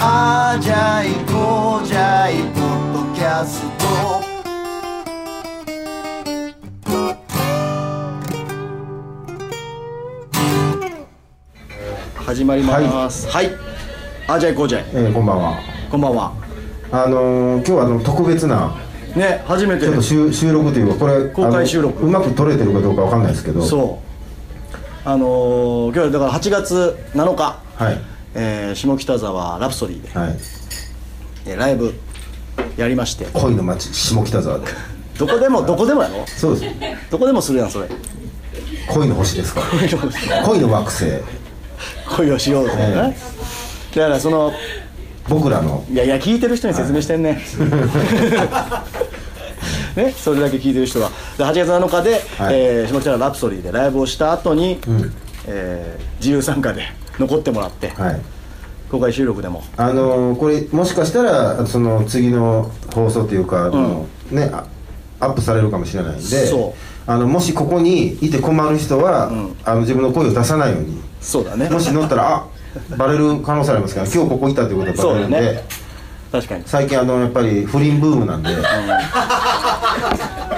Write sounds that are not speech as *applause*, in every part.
あじゃいこうじゃいポッドキャスト」始まりますはい、あじゃいこうじゃいえー、こんばんは。こんばんはあのー、今日はあの特別なね初めてちょっと収収録というかこれ公開収録あのうまく撮れてるかどうかわかんないですけど。う。そうあのー、今日はだから8月7日、はいえー下北沢ラプソディで、はい。えーライブやりまして恋の街下北沢で。どこでもどこでもやろそうです。どこでもするやんそれ恋の星ですか。恋の惑星。恋をしようぜ、えだからその僕らのいやいや聞いてる人に説明してん *laughs* ね、ねそれだけ聞いてる人はで8月7日で、はいえー下北沢ラプソディでライブをした後に、えー自由参加で残ってもらって、はい。公開収録でもあのー、これもしかしたらその次の放送というか、あのねあアップされるかもしれないんで。そうあのもしここにいて困る人は、あの自分の声を出さないように。そうだねもし乗ったらあバレる可能性ありますから今日ここいたってことはバレるんそで、うだね確かに最近あのやっぱり不倫ブームなんで、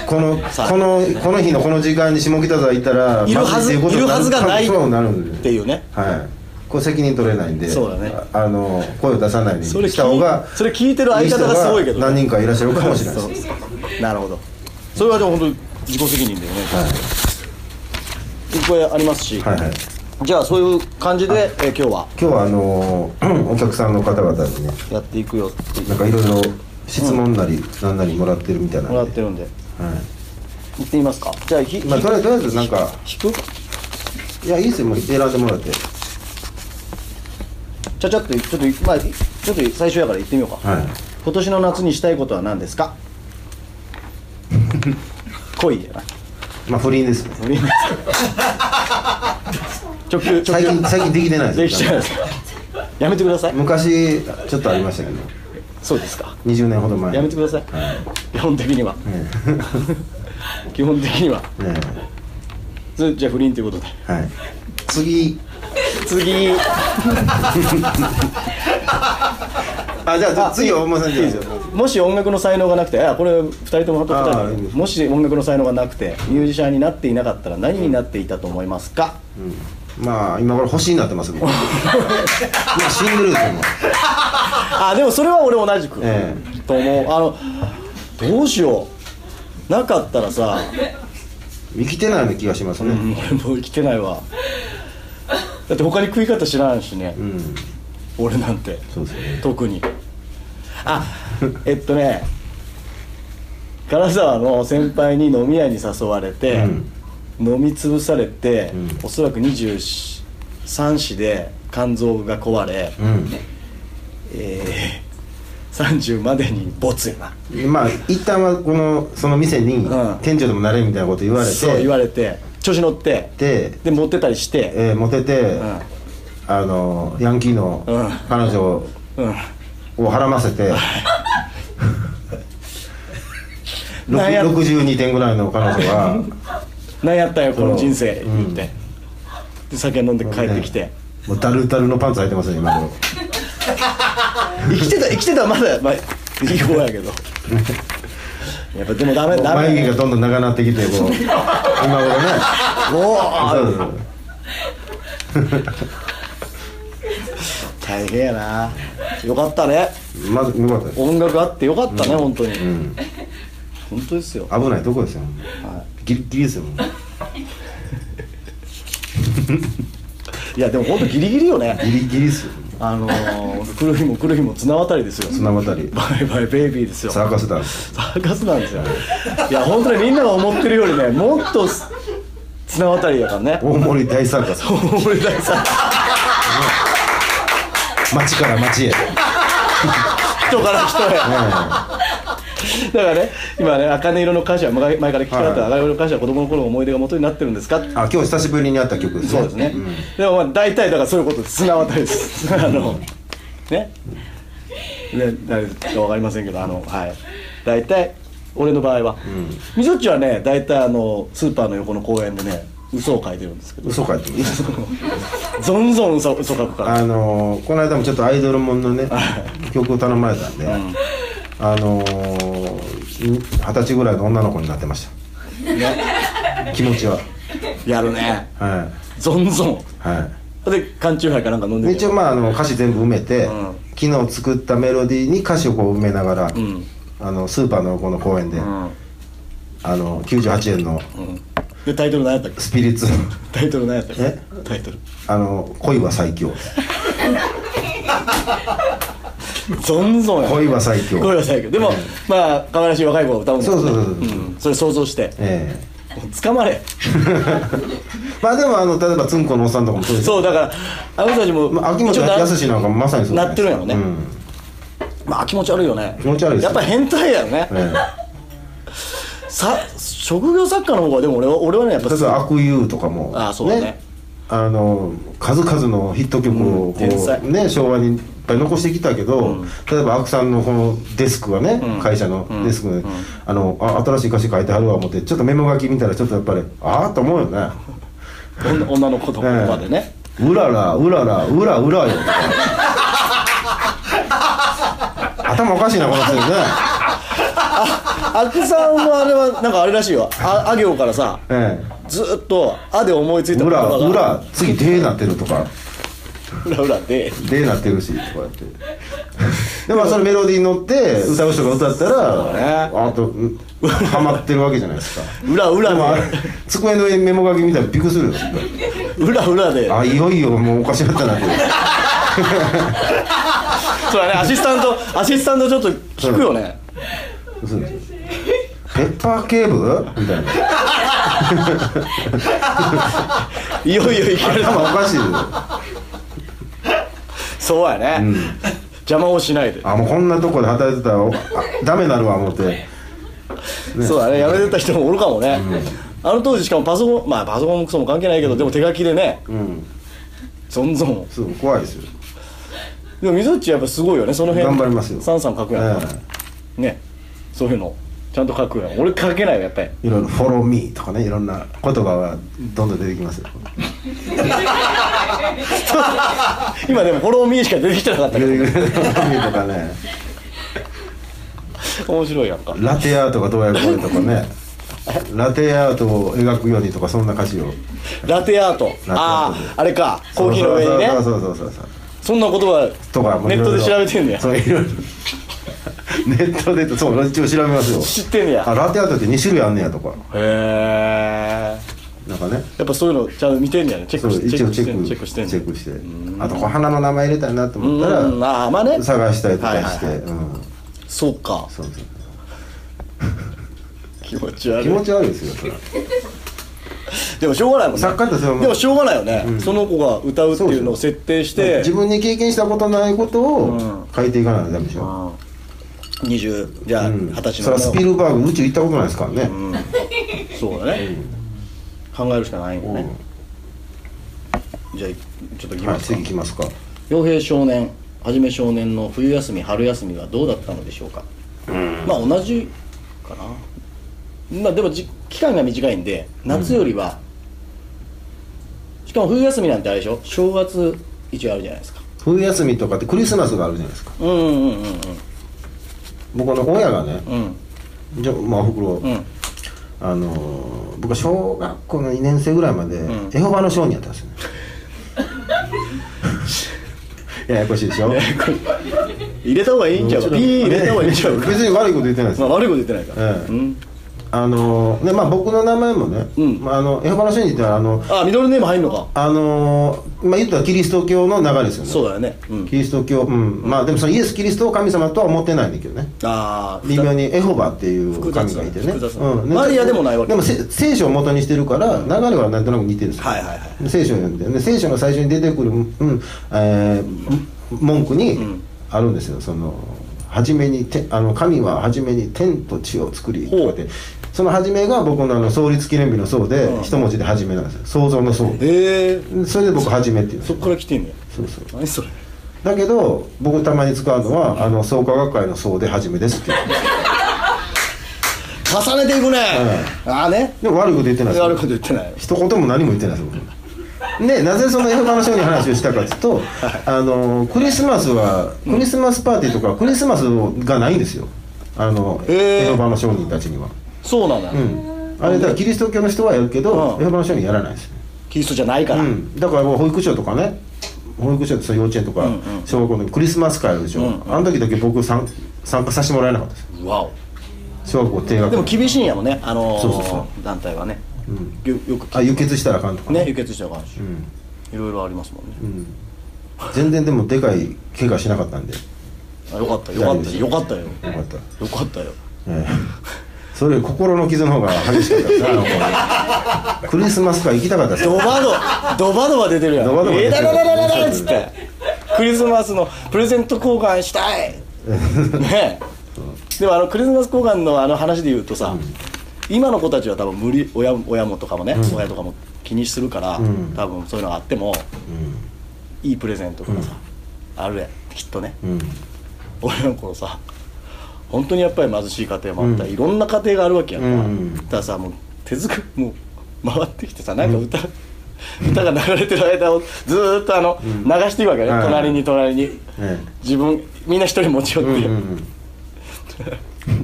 このさあこのこの日のこの時間に下北沢行ったらいるはずまずいってうことにいるはずがないそうなるんっでていうねはいこれ責任取れないんでそうだねああの声を出さないようにそれ聞いした方がそれ聞いてる相方がすごいけどね人が何人かいらっしゃるかもしれないですなるほどそれはでも本当に自己責任でね、い、これありますし、はいはいじゃあそういう感じで、えー今日は今日はあのお客さんの方々にねやっていくよってなんかいろいろ質問なり、なんなりもらってるみたいなんでもらってるんではい行ってみますかじゃあひ、まあ、とりあえずとりあえずなんかひ引くいやいいですよもう選んでもらってちゃちゃっとちょっとまあちょっと最初やから行ってみようか、はい今年の夏にしたいことは何ですか恋じゃないまあ不倫ですね無理です直球直球最近最近できてないでできすちゃうやめてください昔ちょっとありましたけどそうですか20年ほど前やめてください、基本的には、基本的にはねそれじゃあ不倫ということでえはい次次あじゃあじゃあ次は大間さんじゃないですよもし音楽の才能がなくてあこれ2人とも貼っとあーいく二いんで人すもし音楽の才能がなくてミュージシャンになっていなかったら何になっていたと思いますか、まあ今これ星になってます僕 *laughs* 今死んでるんですよもうあでもそれは俺同じく、 *laughs* えと思うあのどうしようなかったらさ生きてないような気がしますね、俺もう生きてないわだって他に食い方知らんしね、俺なんてそうですよね特にあえっとね金沢の先輩に飲み屋に誘われて、飲み潰されて、おそらく23市で肝臓が壊れ、えー30までに没やなうんまあ一旦はこのその店にうん店長でもなれみたいなこと言われてそう言われて調子乗ってでで持ってたりして、えーモテて、んあのヤンキーのうん彼女をうんをはらませてろくなんや62点ぐらいの彼女が何やったんやこの人生言って、で酒飲んで帰ってきて、もうダルダルのパンツ履いてますね今頃生きてた生きてたらまだ、まあ、いい方やけ *laughs* どやっぱでもダメダ眉毛メがどんどん長なってきてこう今頃ねおおそうそう大変やなよかったねそうまずよかったです音楽あってよかったね、本当に、本当ですよ危ないとこですよ、ギリッギリですよもういやでも本当ギリギリよねギリッギリですよあのー、来る日も来る日も綱渡りですよ綱渡りバイバイベイビーですよササーカス団ですーカスなんですよいや本当にみんなが思ってるよりねもっとす綱渡りやからね大森大サーカス俺だけさ町から町へ人から人へだからね今ね「茜色の歌詞は前前から聞きたかったは茜色の歌詞は子供の頃の思い出が元になってるんですか?」ってあ今日久しぶりに会った曲ですねそうですね、でもまあ大体だからそういうことです綱渡りですあのねね誰か分かりませんけどあのはい大体俺の場合はみぞっちはね大体あのスーパーの横の公園でね嘘を書いてるんですけど嘘書いてる *laughs* ぞんぞん嘘嘘書くからあのーこの間もちょっとアイドルもんのね曲を頼まれたんで、あのーに二十歳ぐらいの女の子になってました気持ちはやるねはぞんぞんいはで缶チューハイかなんか飲んいでで一応まああの歌詞全部埋めて、ん昨日作ったメロディーに歌詞をこう埋めながら、んあのスーパーのこの公園で、うんあの98円のうんでタイトル何やったっけスピリッツタイトル何やったっけえタイトルあの恋は最強ぞんぞんや恋は最強声は最強でもまあ可愛らしい若い子が歌うんだそうそうそうそう、うんそれ想像してええ捕まれまあでもあの例えばつんこのおっさんとかもそうですそうだからあの人たちもまあ、秋元一応な康なんかまさにそうじゃなっいですかてるんやろねまあ気持ち悪いよね気持ち悪いですやっぱ変態やよねうんえさ職業作家の方がでも俺は俺はねやっぱえ例えば「悪友」とかも *laughs* ああそうだねあの数々のヒット曲をこうん天才う、ね、昭和にいっぱい残してきたけど、例えばアクさんのこのデスクがね、会社のデスクで、あのあ新しい歌詞書いてあるわ思ってちょっとメモ書き見たらちょっとやっぱりああと思うよね女女の子とかまでね、 「うららうららうら *laughs* うらよ」頭おかしいなこの人ねあくさんはあれはなんかあれらしいよああ行からさええずーっと「あ」で思いついた裏が裏次「で」なってるとか裏裏で「で」なってるしとかやって *laughs* でもそのメロディーに乗って歌う人が歌ったら、ねあとうんハマってるわけじゃないですか裏裏でもあれで机の上にメモ書き見たらびっくりするよ裏裏であいよいよもうおかしなったなってそうだねアシスタントアシスタントちょっと聞くよねそうですペッパー警部みたいないよいよいける頭おかしいよそうやね、邪魔をしないであもうこんなとこで働いてたらおあダメなるわ思ってそうだねやめてた人もおるかもね、あの当時しかもパソコンまあパソコンもクソも関係ないけどでも手書きでねうんぞんぞんそう怖いですよでもみぞっちやっぱすごいよねその辺頑張りますよさんさん書くやん、えねそういうのちゃんと書くやん俺書けないよやっぱりいろいろ「フォローミー」とかねいろんな言葉がどんどん出てきますよ今でもフォローミーしか出てきてなかったいけろどいろ見るとかね面白いやん *laughs* かラテアートがどうやらこれとかねラテアートを描くようにとかそんな歌詞をラテアートであああれかコーヒーの上にねそうそうそうそうそうそんな言葉とかもネいッろトいろで調べてんねやそういろいろネットでそう一応調べますよ知ってんねやあラテアートって2種類あんねやとかへえなんかねやっぱそういうのちゃんと見てんねやねチェッそうクし一チェッ応クチェしてんねッチクェックしてんねチェックしてあとこう花の名前入れたいなと思ったら、うんああまあね探したりとはいかはいして、うんそうかそうそう気持ち悪気い持ち悪いですよそれはでもしょうがないもんね作家ってそれはもうでもしょうがないよね、その子が歌うっていうのを設定して自分に経験したことないことを書いていかないとダメでしょ、 20じゃあうん二十歳そのれはスピ女のルバーグ宇宙行ったことないですからね、子そうだね、考えるしかないよね、じゃあちょっと行きはまいすか次行きますか傭兵少年はじめ少年の冬休み春休みはどうだったのでしょうか、まあ同じかなまあでもじ期間が短いんで夏よりは、しかも冬休みなんてあれでしょ正月一応あるじゃないですか冬休みとかってクリスマスがあるじゃないですかうんうんうんうん僕あの親がね、うんじゃまあおふくろ、うんあのー僕は小学校の2年生ぐらいまで、エホバの商人やったんです *laughs* よねややこしいでしょ入れた方がいいんちゃうかピー入れた方がいいんちゃうか、別に悪いこと言ってないで *laughs* すまあ悪いこと言ってないから、ええうんあのーでまあ僕の名前もね、うんまあ、あのエホバの商人ってのはあのあミドルネーム入んのかあのーまあ言ったらキリスト教の流れですよねそうだよねうんキリスト教うんまあでもそのイエス・キリストを神様とは思ってないんだけどねああ微妙にエホバっていう複雑だ神がねいてね複雑だねでマリアでもないわけでもせ聖書を元にしてるから流れはなんとなく似てるんですよはいはいは聖書を読んでで聖書の最初に出てくる、うんえー文句にあるんですよその初めにてあの神は初めに天と地を作りとかってその初めが僕のあの創立記念日の創で、一文字で初めなんですよ創造の創へえそれで僕初めっていうそっから来てんねやそうそう何それだけど僕たまに使うのはあの創価学会の「創」で初めですっていう考重ねていくね、ああねでも悪いこと言ってないですよ悪いこと言ってない一言も何も言ってないです僕でなぜそのエホバの人に話をしたかというと、あのクリスマスはクリスマスパーティーとかクリスマスがないんですよあの、へーエホバの商人たちには、そうなんだ、うん、あれだからキリスト教の人はやるけど、うんエホバの商人やらないです、キリストじゃないから、うん、だからもう保育所とかね保育所ってその幼稚園とかうんうん小学校の時クリスマス会あるでしょ、うんうんあの時だけ僕参参加させてもらえなかったですうわお小学校低学でも年厳しいんやもんねあのーそうそうそ団体はね、よよくあ輸血したらあかんとかね輸血した感じ、うんいろいろありますもんね、うん全然でもでかい怪我しなかったんでよあよかったよかったよかったよよかった、かったよええそれより心の傷の方が激しかったですねあの頃クリスマス会行きたかったですドバドドバドバ出てるやんドバドバえ出てるーだだだだだだっつってクリスマスのプレゼント交換したいねえでもあのクリスマス交換のあの話で言うとさ、今の子たちは多分無理親親もとかもね、親とかも気にするから、ん多分そういうのがあってもいいプレゼントとかさ、あるやんきっとね、うん、うん、俺の頃さ本当にやっぱり貧しい家庭もあったり、いろんな家庭があるわけやんか、うんだからさもう手作りもう回ってきてさなんか歌、歌が流れてる間をずーっとあの、流していくわけね、はい隣に隣にえ自分みんな一人持ち寄えっうんて、うんうん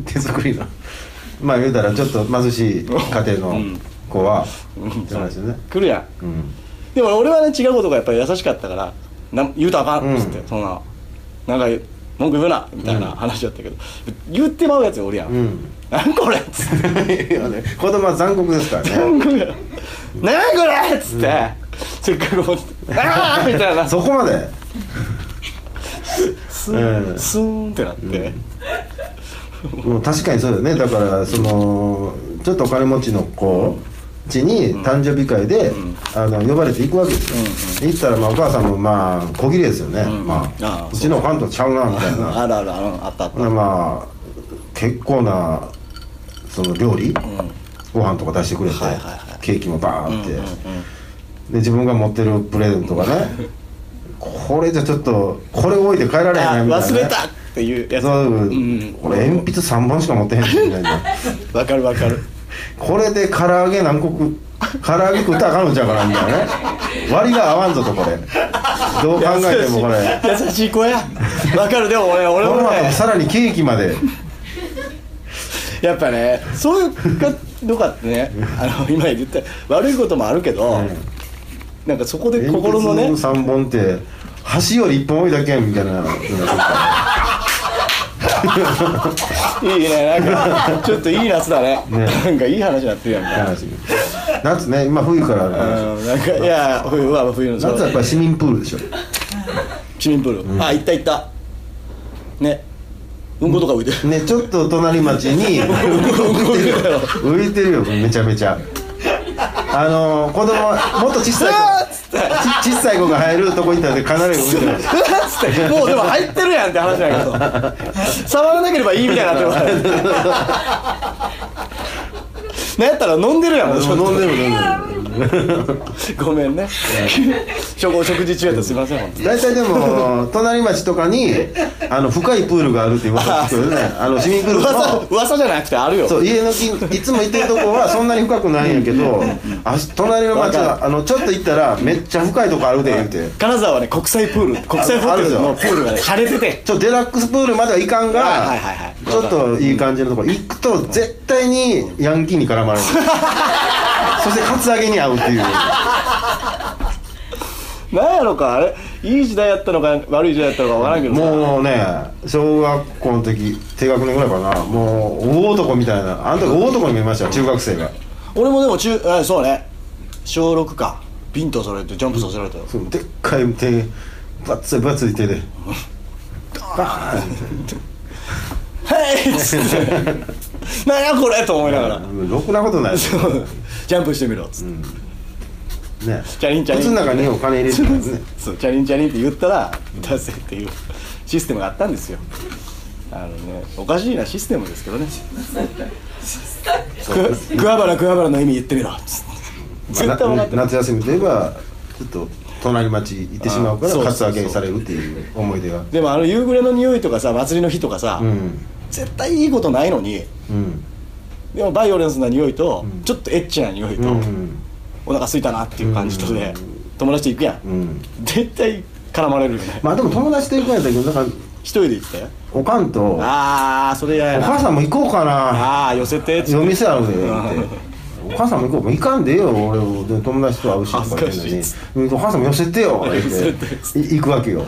手作りのまあ言うたらちょっと貧しい家庭の子は、そうなんですよね来るやんうんでも俺はね違うことがやっぱり優しかったからなん言うたらあかんっつって、うんそんななんか文句言うなみたいな話だったけど、言ってまうやつおるやん、うんなんこれっつって *laughs* いやね子供は残酷ですからね何これっつって、せっかく持ってああみたいなそこまでスーえンえスーンってなって、もう確かにそうだよねだからそのちょっとお金持ちの子家に誕生日会で、あの呼ばれて行くわけですよ、行ったらまあお母さんもまあ小切れですよね、まあああうちのファンとちゃうなみたいなあるあるあるあったあった、ほなまあ結構なその料理、ご飯とか出してくれて、はいはいはケーキもバーンって、で自分が持ってるプレゼントがねこれじゃちょっとこれ置いて帰られへんあなみたいなね、忘れたっていうやつそわ、う、ん俺鉛筆3本しか持ってへんしみたいなかるわかるこれで唐揚げ何個食う唐揚げ食ったらあかんのちゃうからみたいなね割が合わんぞとこれどう考えてもこれ優しい優しい子やわかるでも俺俺このも後ねさらにケーキまでやっぱねそういうかどかってねあの今言った悪いこともあるけど、うんなんかそこで心のね鉛筆3本って箸より1本多いだけやんみたいないいねなん *laughs* かちょっといい夏だねねなんかいい話になってるやんみたいな話夏ね今冬からある話うんなんかいや冬は冬の夏はやっぱり市民プールでしょ市民プール、あ行った行ったねうんことか浮いてるねちょっと隣町に浮いてるよめちゃめちゃあのー、子供もっと小さいあーっ子つってち小さい子が入るとこ行ったらかなり浮いてるうわっつってもうでも入ってるやんって話だけど触らなければいいみたいになってるなんやったら飲んでるやんもうちょっと飲んでる飲んでるごめんね食お食事中やったすいません本当に大体でも隣町とかにあの深いプールがあるっていう噂聞く *laughs* よねあの市民プール噂の噂じゃなくてあるよそう家の近いつも行ってるとこはそんなに深くないんやけどあ隣の町はあのちょっと行ったらめっちゃ深いとこあるで言うて金沢はね国際プール国際ホテルのプールがね晴れててちょっとデラックスプールまではいかんが、はいはいはいはいちょっといい感じのところ行くと絶対にヤンキーに絡ま *laughs* れるそしてカツアゲに合うっていうなんやろかあれいい時代やったのか悪い時代やったのかわからんけどさもうね小学校の時低学年ぐらいかなもう大男みたいなあの時大男に見えましたよ中学生が俺もでも中あそうね小6かビンとそれてジャンプさせられたよそのでっかい手バッツイバッツイ手でバーンって「はい!」っつ *laughs* って「何やこれ!」と思いながらろくなこ *laughs* とないですよ「ジャンプしてみろ」っつってねチャリンチャリン靴の中にお金入れてたんですねそうチャリンチャリンって言ったら出せっていうシステムがあったんですよあのねおかしいなシステムですけどねく桑原桑原の意味言ってみろっつって *laughs* 絶対分かって夏休みといえばちょっと隣町行ってしまうかあらそうそうカそツうアゲにされるっていう思い出がでもあの夕暮れの匂いとかさ祭りの日とかさうん絶対いいことないのにうんでもバイオレンスな匂いと、ちょっとエッチな匂いと、うんお腹空いたなっていう感じとで、友達と行くやん、うん絶対絡まれるよね、まあでも友達と行くんやったけどだから一人で行っておかんとおああそれ嫌や母なさんも行こうかなああ寄せてっつって夜店あるでってお母さんも行こうもう行かんでええよ俺友達と会うし恥ずとかか言うしのいにっつうんお母さんも寄せてよって *laughs* 寄せてっつい行くわけよ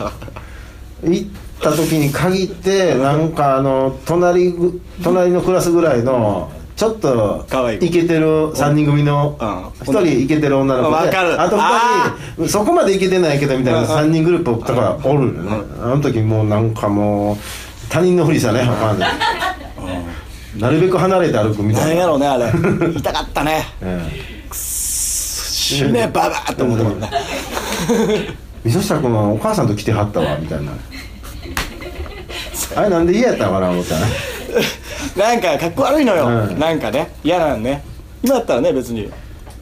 行った時に限ってなんかあの隣ぐ隣のクラスぐらいのちょっと可愛い子イケてる3人組のうん1人イケてる女の子わでかるあとあ2人そこまでイケてないけどみたいな3人グループとかおるのねあの時もうなんかもう他人のふりしたねわかんないなるべく離れて歩くみた何いやなろうね *laughs* あれ痛かったねええ死ねババーって思ってもんね溝下君はお母さんと来てはったわみたいなあれなんで嫌やったんかな思ったねなんかかっこ悪いのよ、うんなんかね嫌なのね今だったらね別に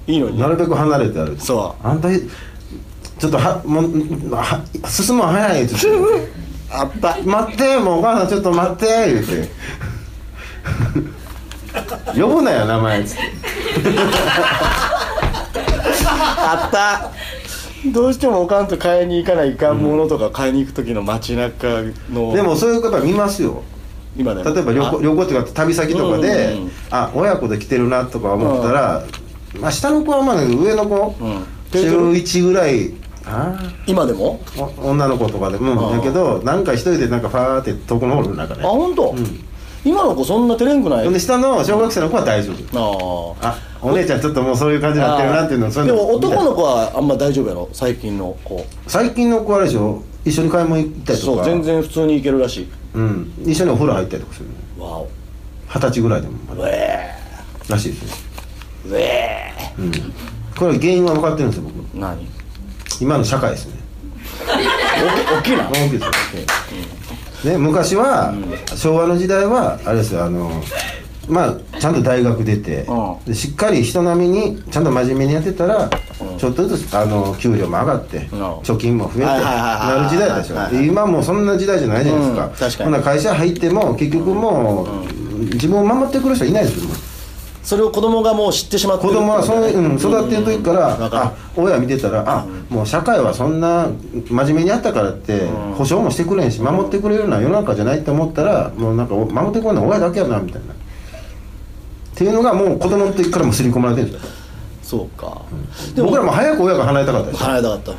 いいのになるべく離れて歩くそあんたちょっとはもうは進むの早いって言ってあった待ってもうお母さんちょっと待って言うて呼ぶなよ名前つってあったどうしてもおかんと買いに行かないかんものとか買いに行く時の街中のでもそういう方見ますよ今ね例えば旅行旅行っていうか旅先とかで、うんあ親子で来てるなとか思ったら、まあ下の子はまだ上の子、うん中1ぐらいあ今でもーお女の子とかでも、うんだけどなんか一人でなんかファーって遠くの方の中であ本当、今の子そんな照れんくないほあんで下の小学生の子は大丈夫ああお姉ちゃんちょっともうそういう感じになってるなっていうのそういでうのも男の子はあんま大丈夫やろ最近の子最近の子あれでしょ一緒に買い物行ったりとそかう全然普通に行けるらしいうん、一緒にお風呂入ったりとかするのわお二十歳ぐらいでもまうだえらしいですね、ーうえうん、これ原因は分かってるんですよ僕ー何今の社会ですねおき起きな大きいですよね、昔は、昭和の時代はあれですよあのまあちゃんと大学出て、うんでしっかり人並みにちゃんと真面目にやってたら、ちょっとずつあの給料も上がって、貯金も増えてはいはいはいはいなる時代でしょ、はいはいはいで今もうそんな時代じゃないじゃないですか,、うん確かにほな会社入っても結局もう、自分を守ってくる人いないですよもうそれを子供がもう知ってしまって子る供はその、うん、育ってる時から、わかるあ親見てたらあ、もう社会はそんな真面目にあったからって、保証もしてくれんし守ってくれるような世の中じゃないって思ったらもうなんかお守ってくれるのは親だけやなみたいな。っていうのがもう子供の時からも刷り込まれてるんですよそうか、僕らも早く親が離れたかったでしょ払えたかった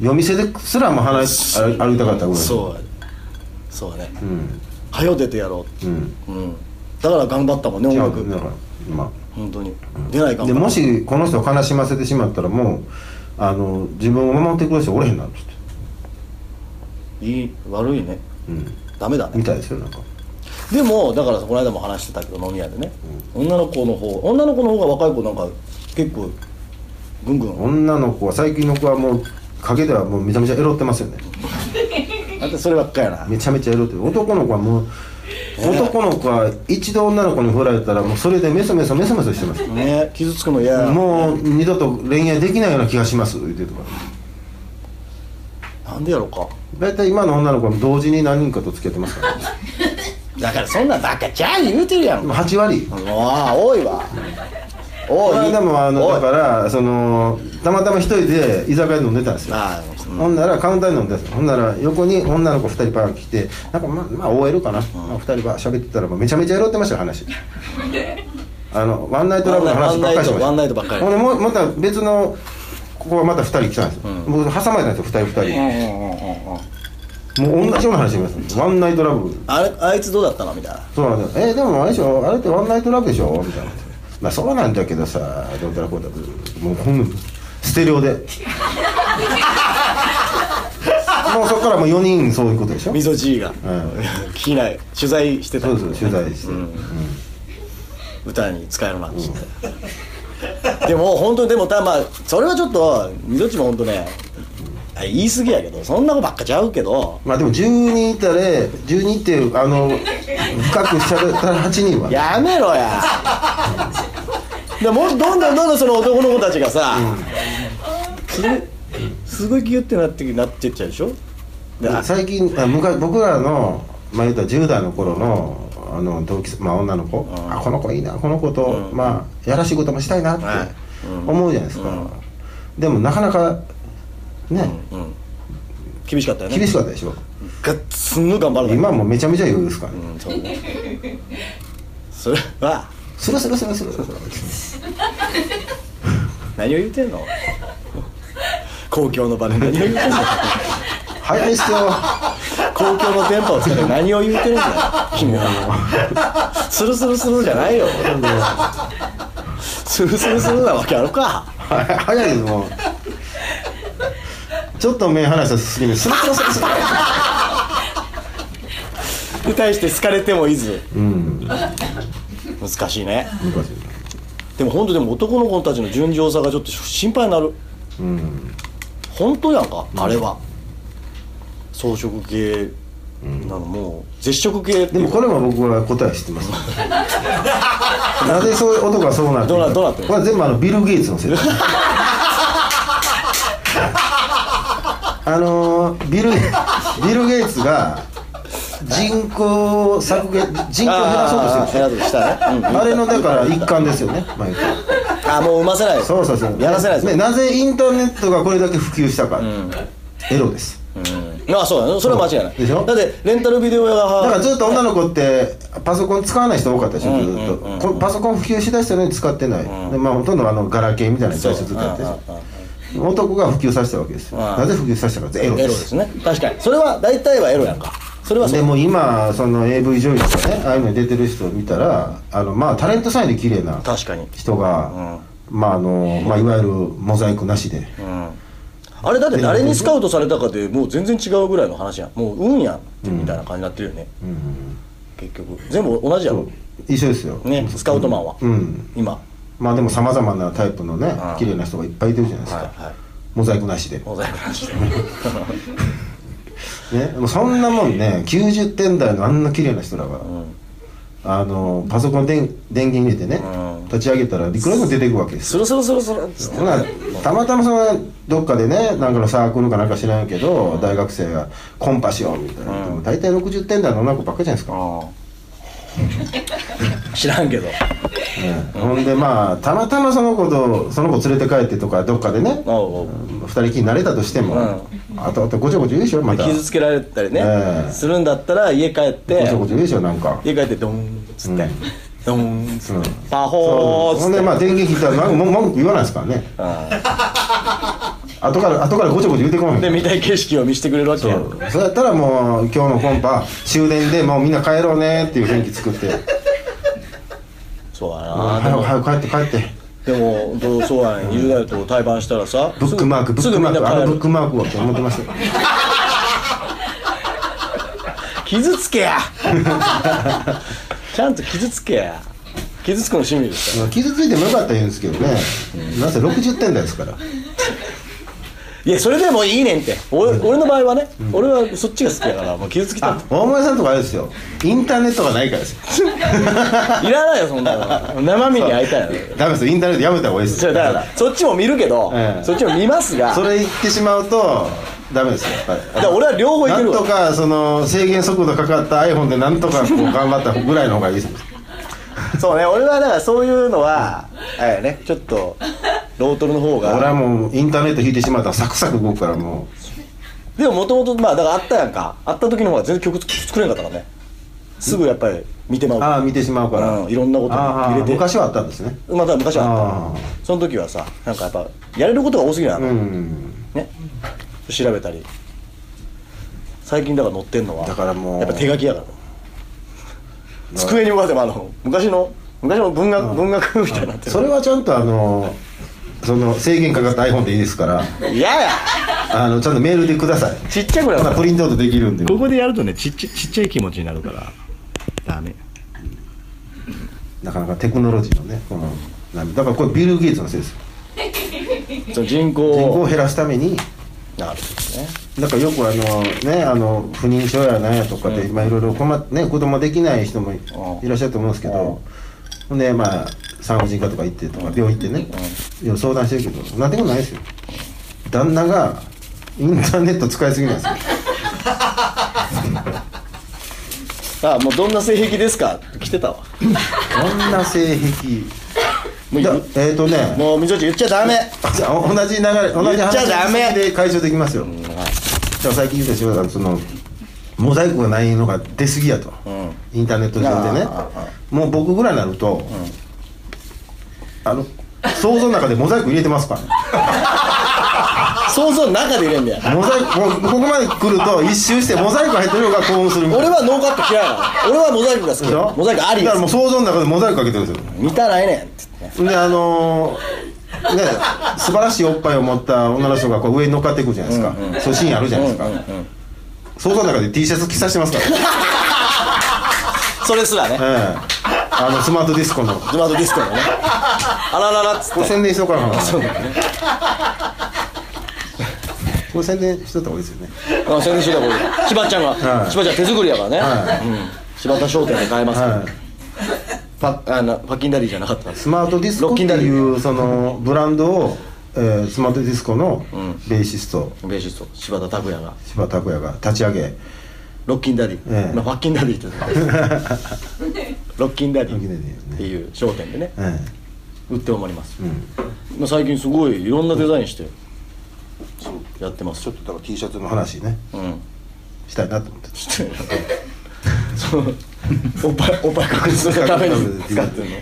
夜店ですらも離れ歩歩いたかったぐらいそうやそうやねうん早う出てやろうんううんだから頑張ったもんね音違楽うだからまあ本当に出ないかでもしこの人を悲しませてしまったらもうあの自分を守ってくれる人おれへんなって言っていい悪いねうんダメだみねたいですよなんかでもだからさこの間も話してたけど飲み屋でね、女の子の方女の子の方が若い子なんか結構ぐんぐん女の子は最近の子はもう陰ではもうめちゃめちゃエロってますよねあんたそればっかやなめちゃめちゃエロって男の子はもう男の子は一度女の子に振られたらもうそれでメソメソメソメソしてますね傷つくの嫌やもう二度と恋愛できないような気がします言ってるとかなんでやろうか大体今の女の子は同時に何人かと付き合ってますから、ね、だからそんなバカじゃん言うてるやんも8割うあ多いわこ多のい間もあの多いだからそのたまたま一人で居酒屋で飲んでたんですよあほんならカウンターに飲んでたんですよほんなら横に女の子2人パン来てなんかまあまあ OL かな、まあ、2人ば喋ってたらもうめちゃめちゃエロってましたよ話あのワンナイトラブの話ばっかりしてましたワンナイトワンナイトばっかりほんでもうまた別のここはまた2人来たんですよ、僕挟まれたんですよ2人うんうんう2んうんうん人もう同じような話してましたワンナイトラブあれあいつどうだったのみたいなそうなんだよえでもあれでしょあれってワンナイトラブでしょみたいなまあそうなんだけどさどうたらこうだもうほんのステレ *laughs* オでもうそこからもう4人そういうことでしょ溝爺が、ん聞きない取材してたそうです取材して、歌に使えるなって、でも本当にでもたまあそれはちょっと溝地も本当ねあ言い過ぎやけどそんなことばっかちゃうけどまあでも12人いたら12っていうあの深くしゃべったら8人はやめろやでもどんどんどんどんその男の子たちがさ、すごいすごいギュッてなってなってっちゃうでしょであ最近あ昔僕らのまあ言ったら10代の頃のあの同期生、まあ、女の子、あこの子いいなこの子と、まあ、やらしいこともしたいなってはい思うじゃないですか、でもなかなかね、うん厳しかったよね厳しかったでしょがすんごい頑張らない今はもうめちゃめちゃ余裕ですからね、うんそうねそれはスルスルスルスルスル何を言うてんの公共の場で何を言うてんの早いっすよ公共の電波を使って何を言うてるんだよ *laughs* 君はもうスルスルスルじゃないよスルスルスルなわけあるかは早いのもうちょっと目離したすぎにスルスルスルスルに対して好かれてもいずうん難しいね難しいでも本当でも男の子たちの純情さがちょっと心配になるうん本当やんかあれは草食系なのもう絶食系ってでいもうこれも僕は答え知って *laughs* ますなぜそういう男がそうなってるどうなどうなってるこれ全部あのビル・ゲイツのせいだあのービル・ビル・ゲイツが人口を削減人口を減らそうとしてるあー減らそうとしたね、うんあれのだから一環ですよね、まあ言うと、あもう産ませないそうそうそうやらせないですね、ねなぜインターネットがこれだけ普及したか、エロですああそうだねそれは間違いないでしょだってレンタルビデオ屋だからがずっと女の子ってパソコン使わない人多かったでしょ、ずっと、こパソコン普及しだしたのに使ってない、でまあ、ほとんどあのガラケーみたいな最初ずっとやってるでしうんうんょ男が普及させたわけですようんなぜ普及させたかってエロエロでですすね確かにそれは大体はエロやんかそれはそうでも今その AV 女優とかねああいうのに出てる人を見たらあのまあタレントさんより綺麗な確かに人が、まああの、まあ、いわゆるモザイクなしで、あれだって誰にスカウトされたかでもう全然違うぐらいの話やんもう運やんってみたいな感じになってるよね、結局全部同じやん一緒ですよ、ねスカウトマンは、うん今まあでもさまざまなタイプのね綺麗な人がいっぱいいてるじゃないですか、はいはいモザイクなしで、ね、モザイクなしででもそんなもんね90点台のあんな綺麗な人らが、あのパソコンでん電源入れてね、うん立ち上げたらいくらでも出てくわけですスルスルスルスルっつってほなたまたまそのどっかでねなんかのサークルかなんか知らんけど、大学生がコンパしようみたいな、でも大体60点台の女の子ばっかりじゃないですか、ああ知らんけどねほんでまあたまたまその子とその子連れて帰ってとかどっかでね、おうおう二人きりになれたとしても、あとあとごちゃごちゃ言うでしょまた傷つけられたりね、ええするんだったら家帰ってごちゃごちゃ言うでしょなんか、家帰ってドーンっつって、うんドーンっつうっんて、パホーそうっつほっんてでまあ電源切ったらなんか文文句言わないですからね後から後からごちゃごちゃ言うてこないで見たい景色を見せてくれるわけそやうそうやったらもう今日のコンパ終電でもうみんな帰ろうねっていう雰囲気作ってそうやなで早くも早く帰って帰ってでも本当そうやね20代と対バンしたらさブックマークブすッぐクマーすぐクあのみブんッなクマークをって思ってました帰る傷つけやちゃんと傷つけや傷つくの趣味ですか傷ついてもよかったら言うんですけどねなんせ60点台ですかららいやそれでもいいねんって俺俺の場合はね、俺はそっちが好きやからもう傷つきたあっ大森さんとかあれですよインターネットがないからですよていらないよそんなの生身に会いたいのダメですよインターネットやめた方がいいですそようだからそっちも見るけど、ええそっちも見ますがそれ言ってしまうとダメですよやっぱりだから俺は両方いなけるんわとかその制限速度かかった iPhone でなんとかこう頑張ったぐらいの方がいいですそうね俺はだからそういうのは、あれやねちょっとロートルの方俺がはもうインターネット引いてしまったらサクサク動くからもでももともとまあだからあったやんかあった時の方が全然曲作れなかったからねすぐやっぱり見てまううああ見てしまうから、うんいろんなこと入あれあて昔はあったんですねまた昔はあっあたその時はさなんかやっぱやれることが多すぎなうの、んね調べたり最近だから載ってんのはだからもうやっぱ手書きやから机に向かってもあの昔の昔の文学文学みたいになってるそれはちゃんとあのその制限かかった iPhone でいいですから嫌やあのちゃんとメールでくださいちっちゃくなるまだプリントアウトできるんでこでやるとねちっちゃちっちゃい気持ちになるからダメなかなかテクノロジーのねこの波だからこれビル・ゲイツのせいですよその人口を人口を減らすためになるほどねなんかよくあのねあの不妊症やなんやとかで、まあいろいろ困っね子供できない人もいうんいらっしゃると思うんですけど、ほんでまあ産婦人科とか行ってとか病院行ってね、いや相談してるけどなんてことないですよ旦那が *laughs* インターネット使いすぎなんですよあもうどんな性癖ですか来てたわどんな性癖もうだえっ、とねもうみぞち言っちゃダメじゃあ同じ流れ同じ言っちゃダメ話で解消できますよじゃあ最近言った柴田さんそのモザイクがないのが出過ぎやと、うインターネット上でねああもう僕ぐらいになると、あの想像の中でモザイク入れてますか *laughs* らね想像の中で入れんだよモザイクもうここまで来ると一周してモザイク入ってる方が興奮するみたい俺なはノーカット嫌いなの俺はモザイクがでし好ょきモザイクありだがから好もう想像の中でモザイクかけてるんですき見たないねんって言ってねよであのーね素晴らしいおっぱいを持った女の人がこう上に乗っかってくるじゃないですか、そういうシーンあるじゃないですか、うんうん想像の中で T シャツ着させてますからね、それすらね *laughs* ええあのスマートディスコのスマートディスコのねあらららっつっこれて宣伝しとかなそうだねこれ宣伝しとった方がいいですよねあ宣伝しといた方がいいしばちゃんがはいしばちゃん手作りやからねはうん柴田商店で買えますからはいパあのパッキンダリーじゃなかったんですスマートディスコっていうそのブランドを、えースマートディスコのベーシストベーシスト柴田拓也が柴田拓也が立ち上げロッキンダディ、ええまあ、ファッキンダディって言ってたロッキンダデロッキンダディィねっていう商店でねえ売っております、えうんまあ、最近すごいいろんなデザインしてやってますちょっとだから T シャツの話ねうんしたいなと思ってちょっとなんかそのおっぱいおっぱい確認するために使ってるの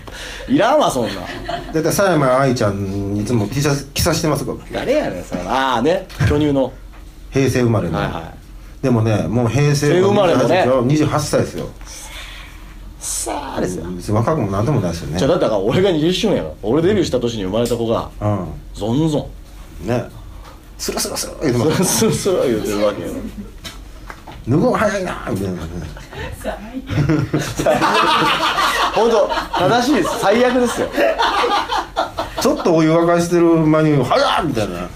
いらんわそんなだいたい佐山愛ちゃんいつも T シャツ着させてますから誰やねんそれああね巨乳の平成生まれの、はいはでもねもう平成平成生まれのね28歳ですよさあですよ別に若くもなんともないですよねじゃあだってだから俺が20周年やろ俺デビューした年に生まれた子がうんぞんぞんねスラスラスラ言っそてまらすそらそら言うてるわけよ脱ぐの早いなみたいなね本当正しいです最悪ですよちょっとお湯沸かしてる間に早っみたいな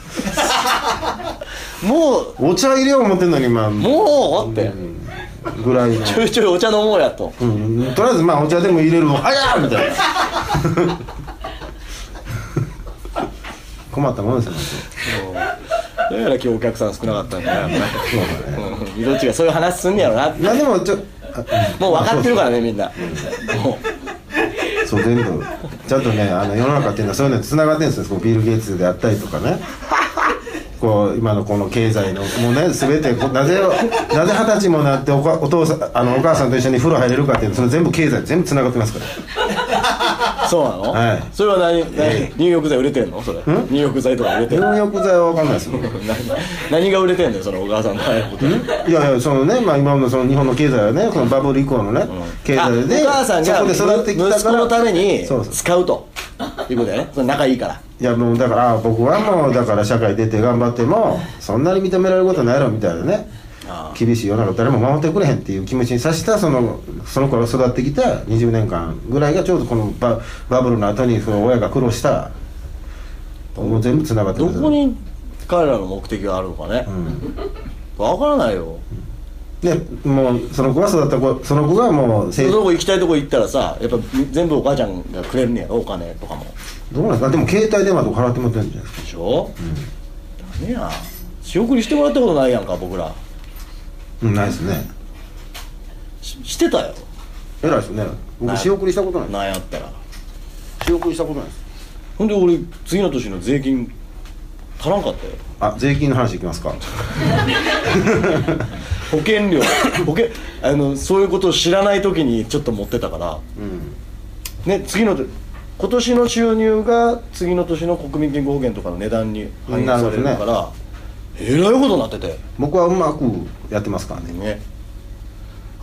もうお茶入れよう思ってんのにまあもうってぐらいの、ちょいちょいお茶飲もうやとうん、とりあえずまあお茶でも入れるも早っみたいな困ったもんですよだから今日お客さん少なかったんだよやっぱりうんどっちがそういう話すんねやろなっていやでもちょあもう分かってるからねみんなもそう全部ちゃんとねあの世の中っていうのはそういうのに繋がってるんですよこうビル・ゲイツであったりとかねこう今のこの経済のもうね全てこうなぜなぜ二十歳もなっておかお父さんあのお母さんと一緒に風呂入れるかっていうのその全部経済全部繋がってますからうそうなの、はいそれは何え何入浴剤売れてんのそれ入浴剤とか売れてんの入浴剤は分かんないですよ何何が売れてんのよそのお母さんの早いこといやいやそのね、まあ、今のその日本の経済はねこのバブル以降のね、経あお済で母さんそがこで育ってきたから息子のためにそうそう使うということだよねその仲いいからいやもうだからあ僕はもうだから社会出て頑張ってもそんなに認められることないやろみたいなねああ厳しい世の中誰も守ってくれへんっていう気持ちにさしたそのその子が育ってきた20年間ぐらいがちょうどこのババブルの後にその親が苦労したもう全部つながってどるんですよこに彼らの目的があるのかね、分からないよでもうその子が育った子その子がもうそ成こ行きたいとこ行ったらさやっぱ全部お母ちゃんがくれるねやろお金とかもどうなんですかでも携帯電話とか払ってもらってるんじゃないですかでしょ、ダメや仕送りしてもらったことないやんか僕らうんないですねししてたよ偉いですね僕仕送りしたことないでなんやったらす仕送りしたことないですほんで俺次の年の税金足らんかったよあ税金の話いきますか保険 *laughs* 料保険あのそういうことを知らない時にちょっと持ってたからうんね次の今年の収入が次の年の国民健康保険とかの値段に反映されるなるかほらえらいことになってて僕はうまくやってますからねね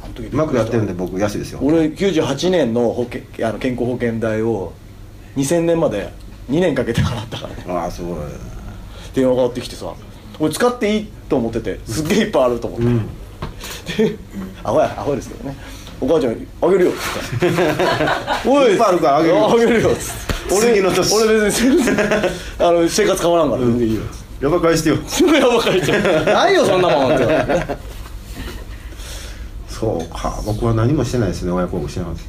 あの時うまくやってるんで僕安いですよ俺98年の保険あの健康保険代を2000年まで2年かけて払ったからねああすごい電話がかかってきてさ俺使っていいと思っててすっげえいっぱいあると思って、でアホやアホですけどねお母ちゃんに「あげるよ」っつって「おいっぱいあるからあげるよあげるよ」っつって俺次の年俺別に全然 *laughs* あの生活変わらんから全然いいよっつって *laughs* やば返してよそん *laughs* なやばかいちゃんないよそんなもんってそうか僕は何もしてないですね親孝行してないです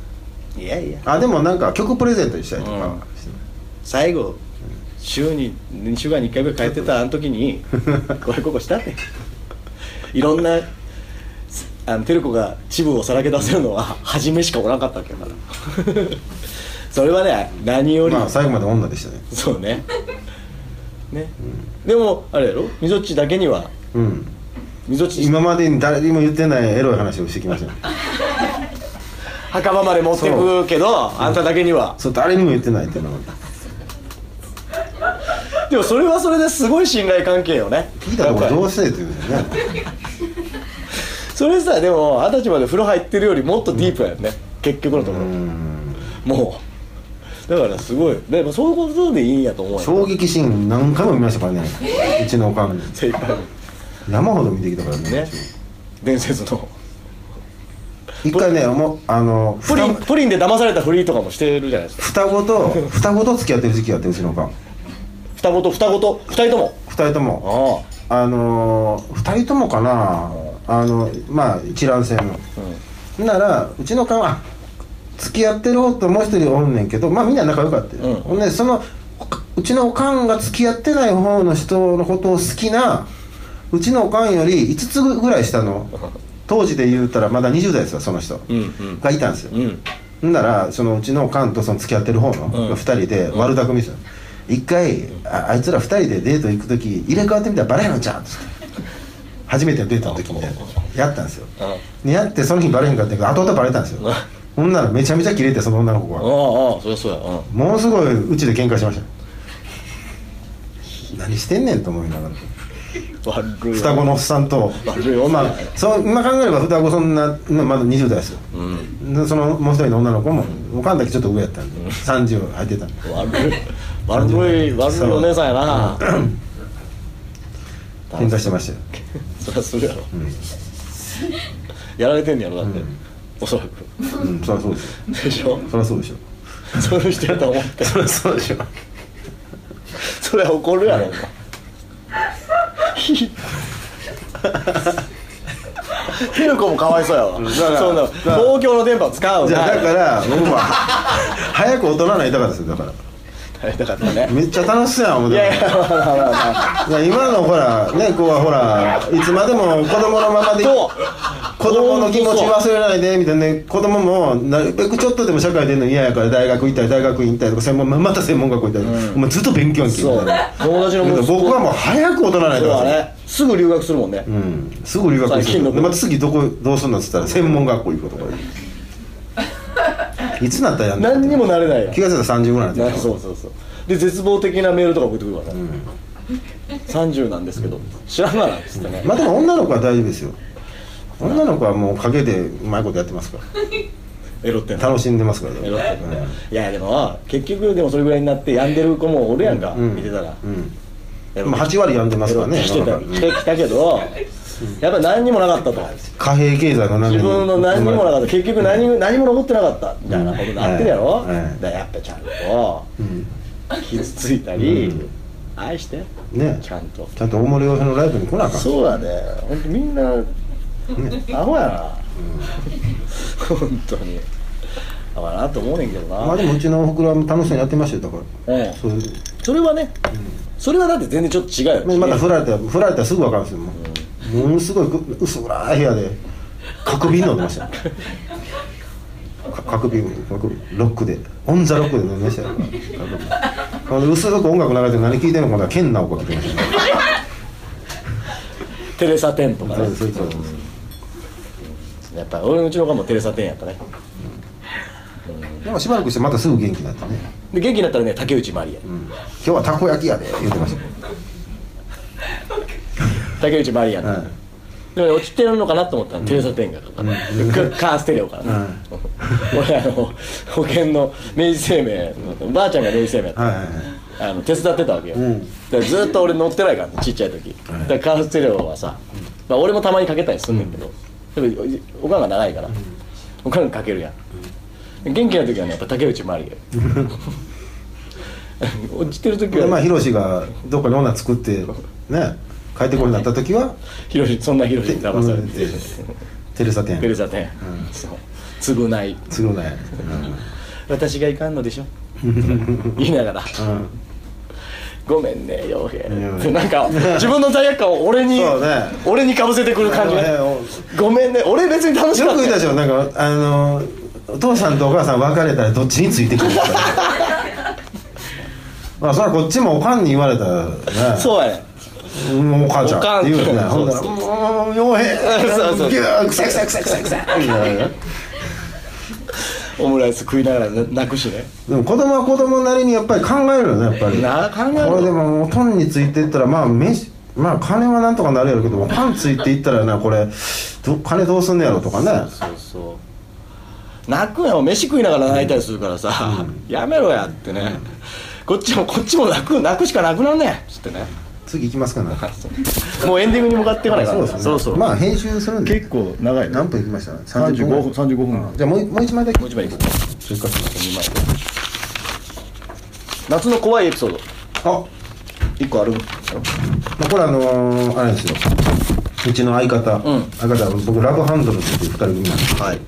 いやいやあでもなんか曲プレゼントにしたりとうんかしてます最後週に2週間に1回ぐらい帰ってたあの時にこれここしたっていろんなすあのテルコが秩父をさらけ出せるのは初めしかおらんかったわけだからそれはね何より、まあ最後まで女でしたねそうねね、でもあれやろみぞっちだけにはうんみぞっち今までに誰にも言ってないエロい話をしてきましたよ *laughs* 墓場まで持ってくけどあんただけにはそう誰にも言ってないっていうのはでもそれはそれですごい信頼関係よね聞いたところどうしてっていうんだよねそれさでも二十歳まで風呂入ってるよりもっとディープやよね、結局のところ、うんもうだからすごいでもそういうことでいいんやと思うよ衝撃シーン何回も見ましたからねうちのおかん精一杯山ほど見てきたからねね伝説の一回ねもうあのプリンプリンで騙されたフリーとかもしてるじゃないですか双子と双子と付き合ってる時期があってうちのおかん双子と双子と二人とも二人ともああのー、2人ともかなあのまあ一卵性の、ならうちのかは付き合ってる方ともう一人おんねんけどまあみんな仲良かったよ、うんほんでそのうちのおかんが付き合ってない方の人のことを好きなうちのおかんより5つぐらい下の当時で言うたらまだ20代ですわその人、うんうんがいたんですよ、あうんほんならそのうちのおかんとその付き合ってる方うんの2人で悪巧みですよ一回ああいつら2人でデート行く時入れ替わってみたらバレへんのちゃうんっつって初めてのデートの時みたいなやったんですよあでやってその日バレへんかったけど後々バレたんですよほんならめちゃめちゃキレてその女の子ああがあそりゃそうやうんものすごいうちで喧嘩しましたよ何してんねんと思いながら悪いわ双子のおっさんと悪い女まあそう今考えれば双子そんなまだ20代ですようんでそのもう一人の女の子もおかんだけちょっと上やったんで30入ってたんで悪い悪い悪いお姉さんやな喧嘩してましたよそりゃするやろ、やられてんねやろだって、おそらくうんそりゃそうですよでしょそりゃそうでしょそういう人やと思ってそりゃそうでしょそれは怒るやろ、テルコもかわいそうやわ、からそんなだから東京の電波使うじゃあだらから僕は早く大人になりたかったですよだからだからねめっちゃ楽しそうやん思っいてやいやまあまあまあまあいや今のほらね子はほらいつまでも子供のままでそう子供の気持ち忘れないでみたいなね子供もなるべくちょっとでも社会出るの嫌やから大学行ったり大学院行ったりとか専門また専門学校行ったり、うんお前ずっと勉強にそう友達の息子僕はもう早く大人になりそたうかっだたでねすすぐ留学するもんね、うん、すぐ留学最す近のるでまた次どこどうするのっつったら専門学校行く *laughs* とかいつなったらやんの何にもなれないやん気がついたら30ぐらいにななってそうそうそうで絶望的なメールとか送ってくるからね、30なんですけど知らんがなっつってね、まあでも女の子は大丈夫ですよ女の子はもう陰でうまいことやってますからエロってんの楽しんでますからエロってんのねうんいやでも結局でもそれぐらいになって病んでる子もおるやんか、うん見てたら、うんまあ8割病んでますからねして世たの中来てきたけどやっぱ何にもなかったと貨幣経済の何自分の何にもなかった結局何も何も残ってなかったみたいなことになってるやろ、うんだはいからやっぱちゃんとうん傷ついたり、うん愛してねちゃんとちゃんと大森洋平のライブに来なあかんそうだね本当みんな、アホやな、本当にアホやなと思うねんけどな、まあでもうちのおふくろは楽しそうにやってましたよだから、うんそういうそれはね、それはだって全然ちょっと違うまよまた振られたら振られたらすぐ分かるんですよもう、ものすごいぐ薄暗い部屋で角瓶飲んでましたよか角瓶角瓶ロックでオン・ザ・ロックで飲んでましたよ角瓶薄く音楽流れて何聴いてんのかな剣な音かけてましたねテレサ・テンとかそねうですそうですやっぱ俺のうちの子もテレサ・テンやったねでもしばらくしてまたすぐ元気になってね、で元気になったらね竹内まりや、うん今日はたこ焼きやで言ってましたよ竹内まりやの、はいでもね落ちてるのかなと思ったら、テレサ・テンがかかる、カカーステレオからね、俺あの保険の明治生命ばあちゃんが明治生命やった、はいはいはいあの手伝ってたわけよ、んだからずーっと俺乗ってないからねちっちゃい時、だからカーステレオはさ、まあ、俺もたまにかけたりすんねんけど、でもおおかんが長いから、おかんがかけるやん、元気な時はねやっぱ竹内まりや *laughs* 落ちてる時では、まあヒロシがどっかに女作ってね帰ってこいになった時はひろしそんなひろしに騙されうんてテレサ店テレサテン、そう償い償い *laughs* 私がいかんのでしょ言いながら、ごめんね陽平」ってなんか自分の罪悪感を俺に、そうね俺にかぶせてくる感じねあのねごめんね俺別に楽しよかっくた言ったよでしょなんかあのお父さんとお母さん別れたらどっちについてくるんですかまあそれはこっちもおかんに言われたらねそうやねうんおかんちゃんおかんって言うよねそほんうなら「そうもう傭兵そうそうギューくせくせくせくせくせ」みたいなねオムライス食いながらな泣くしねでも子供は子供なりにやっぱり考えるよねやっぱりな考えるこれでもおとんについていったらまあ飯まあ金はなんとかなるやろうけどおかんついていったらなこれど金どうすんねやろとかねそうそう泣くの飯食いながら泣いたりするからさ、やめろやってね、こっちもこっちも泣く泣くしかなくなんねんっつって *laughs* ね次行きますかねもうエンディングに向かっていかないから、そうですねまあ編集するんで結構長いな何分行きました35分35 35分じゃあもうもう一枚だけもう一枚いくせっかくなんで夏の怖いエピソードあ、ま一個あるんあ、これあのー、あれですようちの相方、うん相方僕ラブハンドルっていう二人組なんですけどはい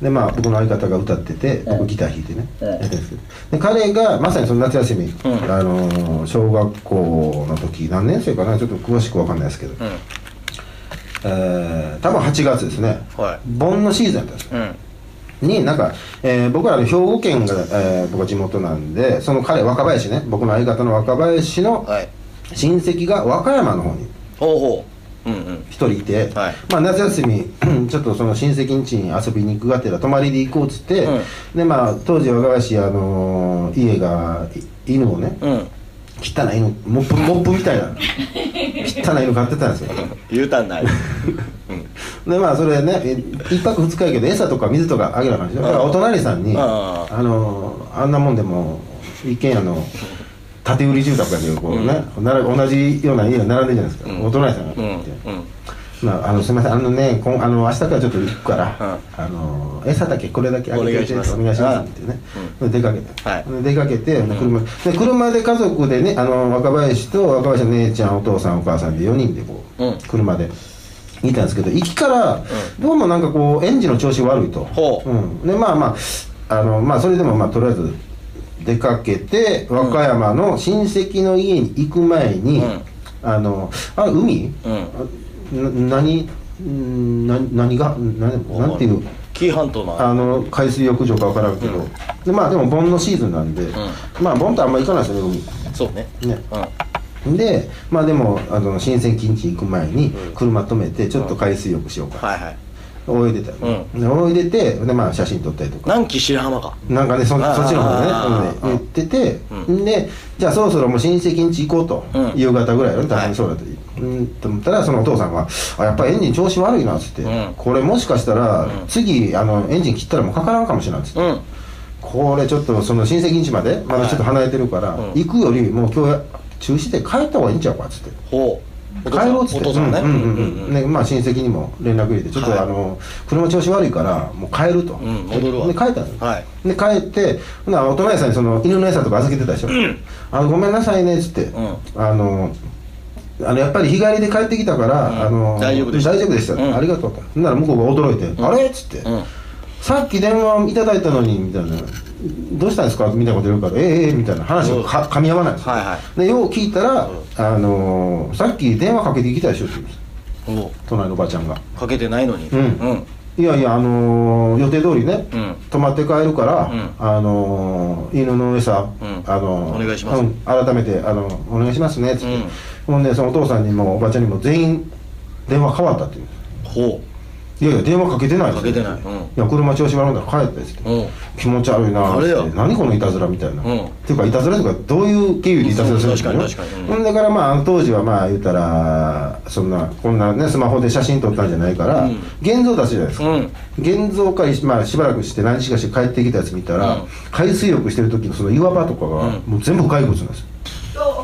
でまあ僕の相方が歌っててう僕んギター弾いてね、うんやってるんですけどで彼がまさにその夏休み、んあのー小学校の時何年生かなちょっと詳しくわかんないですけど、うんえー多分8月ですね、は盆のシーズンだったんですようんになんか、えー僕らの兵庫県が、えー僕は地元なんでその彼若林ね僕の相方の若林のはい親戚が和歌山の方にほうほううんうん一人いて、はいまあ、夏休み *clears throat* ちょっとその親戚ん家に遊びに行くがてら泊まりで行こうっつって、うんでまあ当時若林、あのー家がい犬をねうん汚い犬モップモップみたいな汚い犬飼ってたんですよ言うたんないでまあそれねえ一泊二日やけど餌とか水とかあげなあかんでしょだからお隣さんにうんあのあんなもんでも一軒家の建て売り住宅やけどこうね、なら同じような家が並んでるじゃないですか、うんお隣さんがう来んて、うんまあ、あのすみませんあのねこんあの明日からちょっと行くから、うあの餌だけこれだけあげてお願いしますお願いしますってね、で出かけて、はいで出かけて車で車で家族でねあの若林と若林の姉ちゃんお父さんお母さんで4人でこう、うん車で。行ったんですけど行きからどうもなんかこうエンジンの調子悪いと、、ほうんでまあまああのまあそれでもまあとりあえず出かけて和歌山の親戚の家に行く前に、うんあのあ海、うんな何んな何がななんていう紀伊半島のあの海水浴場か分からんけど、でまあでも盆のシーズンなんで、まあ盆ってあんま行かないですよねそうね海ねうんでまあでもあの新鮮近地行く前に車止めてちょっと海水浴しようか、はいはい泳いでたよ、ねで泳いでてでまあ写真撮ったりとか南紀白浜かなんかねそそあーっちの方あねー、うん、言ってて、うんん、でじゃあそろそろもう親戚ん家行こうと、うん夕方ぐらいよね大はい変そうだと、うんと思ったらそのお父さんが「あやっぱりエンジン調子悪いな」っつって、うんこれもしかしたら、次あのエンジン切ったらもうかからんかもしれない」っつって、うんこれちょっとその親戚ん家までまだちょっと離れてるから、うん行くよりもう今日中止で帰った方がいいんちゃうかっつって。ほうお父さ帰んろうっつってお父さんねうんうんうんうんねまあ親戚にも連絡入れてちょっと、はいあの車調子悪いからもう帰ると、ん戻るわで帰ったんですよ、はいで帰ってほなお隣さんにその犬の餌とか預けてたでしょ、あのごめんなさいねっつって、んあのあのやっぱり日帰りで帰ってきたから、あの大丈夫でした大丈夫でした、うんありがとうとほんなら向こうが驚いて「あれ?」っつって、うんさっき電話いただいたのに」みたいな「どうしたんですか?」みたいなこと言うから「ええええみたいな話がか噛み合わないんですよ、はいはでよう聞いたら、あのーさっき電話かけてきたでしょ」って言うんですおう隣のおばちゃんがかけてないのにうん「いやいや、あのー予定通りね、うん泊まって帰るから、うんあのー犬の餌、うんあのーお願いしますうん改めて、あのーお願いしますね」っつって、うんほんでそのお父さんにもおばちゃんにも全員電話変わったって言うんですほいやいや電話かけてないですかけてないうんいや車調子悪いんだから帰ったですってううん気持ち悪いなあれやって何このいたずらみたいな、うんっていうかいたずらとかどういう経由でいたずらするんですうん確かに確かにうんほんだからまああの当時はまあ言ったらそんなこんなねスマホで写真撮ったんじゃないから、うん現像出すじゃないですか、うん現像から、まあ、しばらくして何日かして帰ってきたやつ見たら、うん海水浴してる時のその岩場とかが、うんもう全部骸骨なんですよ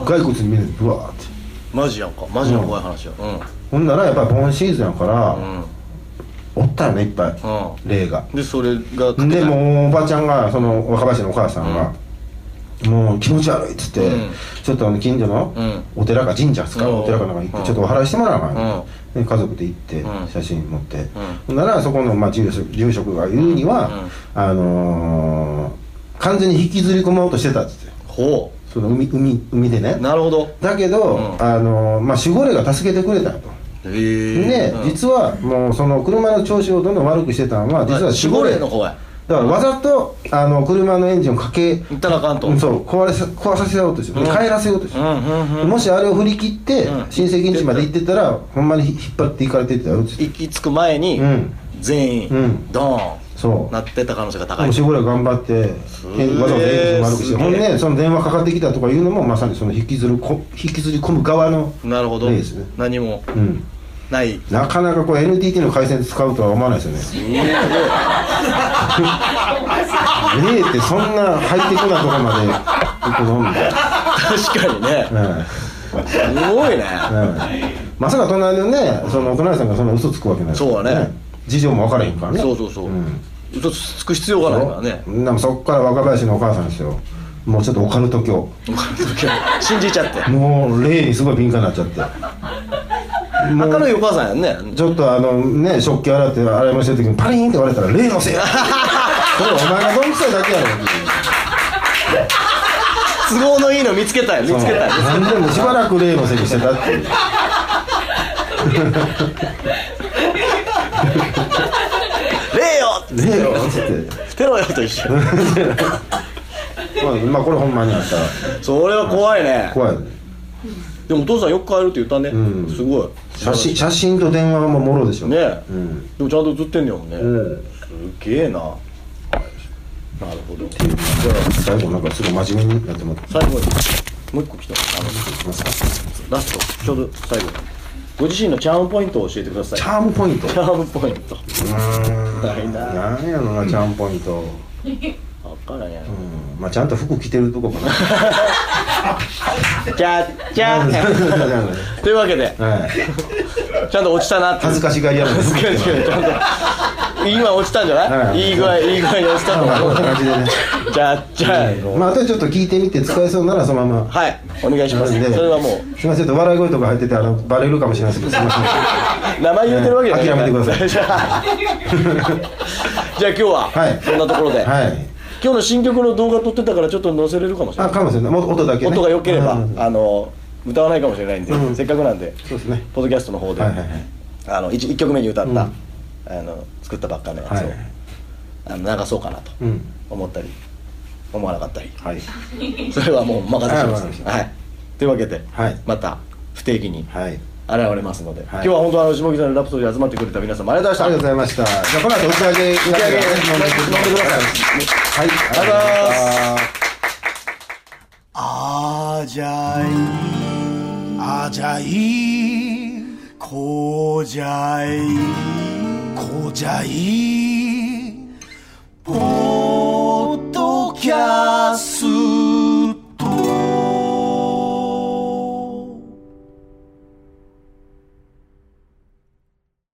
骸骨に見えるブワーってマジやんかマジの怖い話やうんほんならやっぱり盆シーズンやから、うんおったよねいっぱい、うん霊が。でそれがかけでないもうおばちゃんがその若林のお母さんが、もう気持ち悪いっつって、うんちょっとあの近所のうんお寺か神社っすか、うんお寺かなんか行っうんてちょっとお祓いしてもらわないか、で家族で行ってうん写真持って、ほんならそこのまあ住職住職が言うには、あのー完全に引きずり込もうとしてたっつってほその海海海でねなるほどだけど、うんあのまあ、守護霊が助けてくれたとへで、え実はもうその車の調子をどんどん悪くしてたのは実は守守護護霊霊の方へだからわざとあの車のエンジンをかけ行ったらあかんとうんそう壊れさ壊させようとして、うん帰らせようとして、うんうんうんもしあれを振り切って、うん親戚ん家まで行ってたらほんまに引っ張っていかれてたよって行き着く前にうん全う員んドーンそうなってた可能性が高いもしぐらい頑張ってげえわざわざエンジンも悪くしすてげえほんでその電話かかってきたとかいうのもまさにその引きずるこ引きずり込む側のなるほど例ですね何もうんないなかなかこう NTT の回線使うとは思わな *laughs* いですよね。ねえってそんな入ってこないとこまで行くのみたいな。確かにねうんすごいねうんまさか隣のね、そのお隣さんがそんな嘘つくわけないそうだね事情も分からへんからね。そうそうそう嘘つく必要がないから *laughs* ねそうでもそっから若林のお母さんですよ。もうちょっとオカルト教。信じちゃってもう霊にすごい敏感になっちゃって。も明るういお母さんやんねちょっとあのね、食器洗って洗い物してる時にパリーンって割れたら霊のせいや。それお前がどんくさいだけやろっていう。都合のいいの見つけたよ見つけたよ何でもしばらく例のせいにしてたっていう霊よ例よっつっ捨てろよと一緒てまあ、まあ、これほんまにあったらそれは怖いね怖いよねでもお父さんよく帰るって言ったねうんすごい写真写真と電話ももろでしょねえうんでもちゃんと映ってんねやもんねうんすげえななるほど最後なんかすごい真面目になってもらって最後にもう一個来たあのますかラストちょうど最後ご自身のチャームポイントを教えてくださいチャームポイントうチャームポイントーんないななんやろなチャームポイント、分からんやうろん、まあちゃんと服着てるとこかなチャッチャーはというわけでいちゃんと落ちたなって恥ずかしがり屋も恥ずかしいちゃんと *laughs* 今落ちたんじゃなはいいいい具合いい具合に落ちたとまあこん思なう感じでねチャッチャーまああとでちょっと聞いてみて使えそうならそのままはいお願いしますなんでそれはもすみませんちょっと笑い声とか入っててあのバレるかもしれないですけどすみませんう名前言うてるわけじゃない諦めてください *laughs* じゃあじゃあ今日は、はいそんなところで、はい今日の新曲の動画撮ってたからちょっと載せれるかもしれあないかもしれないもう音だけ、ね、音が良ければ、うんあの歌わないかもしれないんで、うんせっかくなんでそうですねポッドキャストの方で、はいはいはいあの 1, 曲目に歌った、うんあの作ったばっかのやつを、はいあの流そうかなとうん思ったり、思わなかったりはいそれはもう任せしまはいわかりましす、たはい、というわけで、はいまた不定期に現はいれますので、今は日いは本当あの下北のラプソディに集まってくれた皆様ありがとうごあざりいがとうまごしたざいましたじゃあこの後打ち上げ打ち上げ飲んでくださいはあいりがとうございますあじゃいあじゃいこうじゃいこうじゃいぽ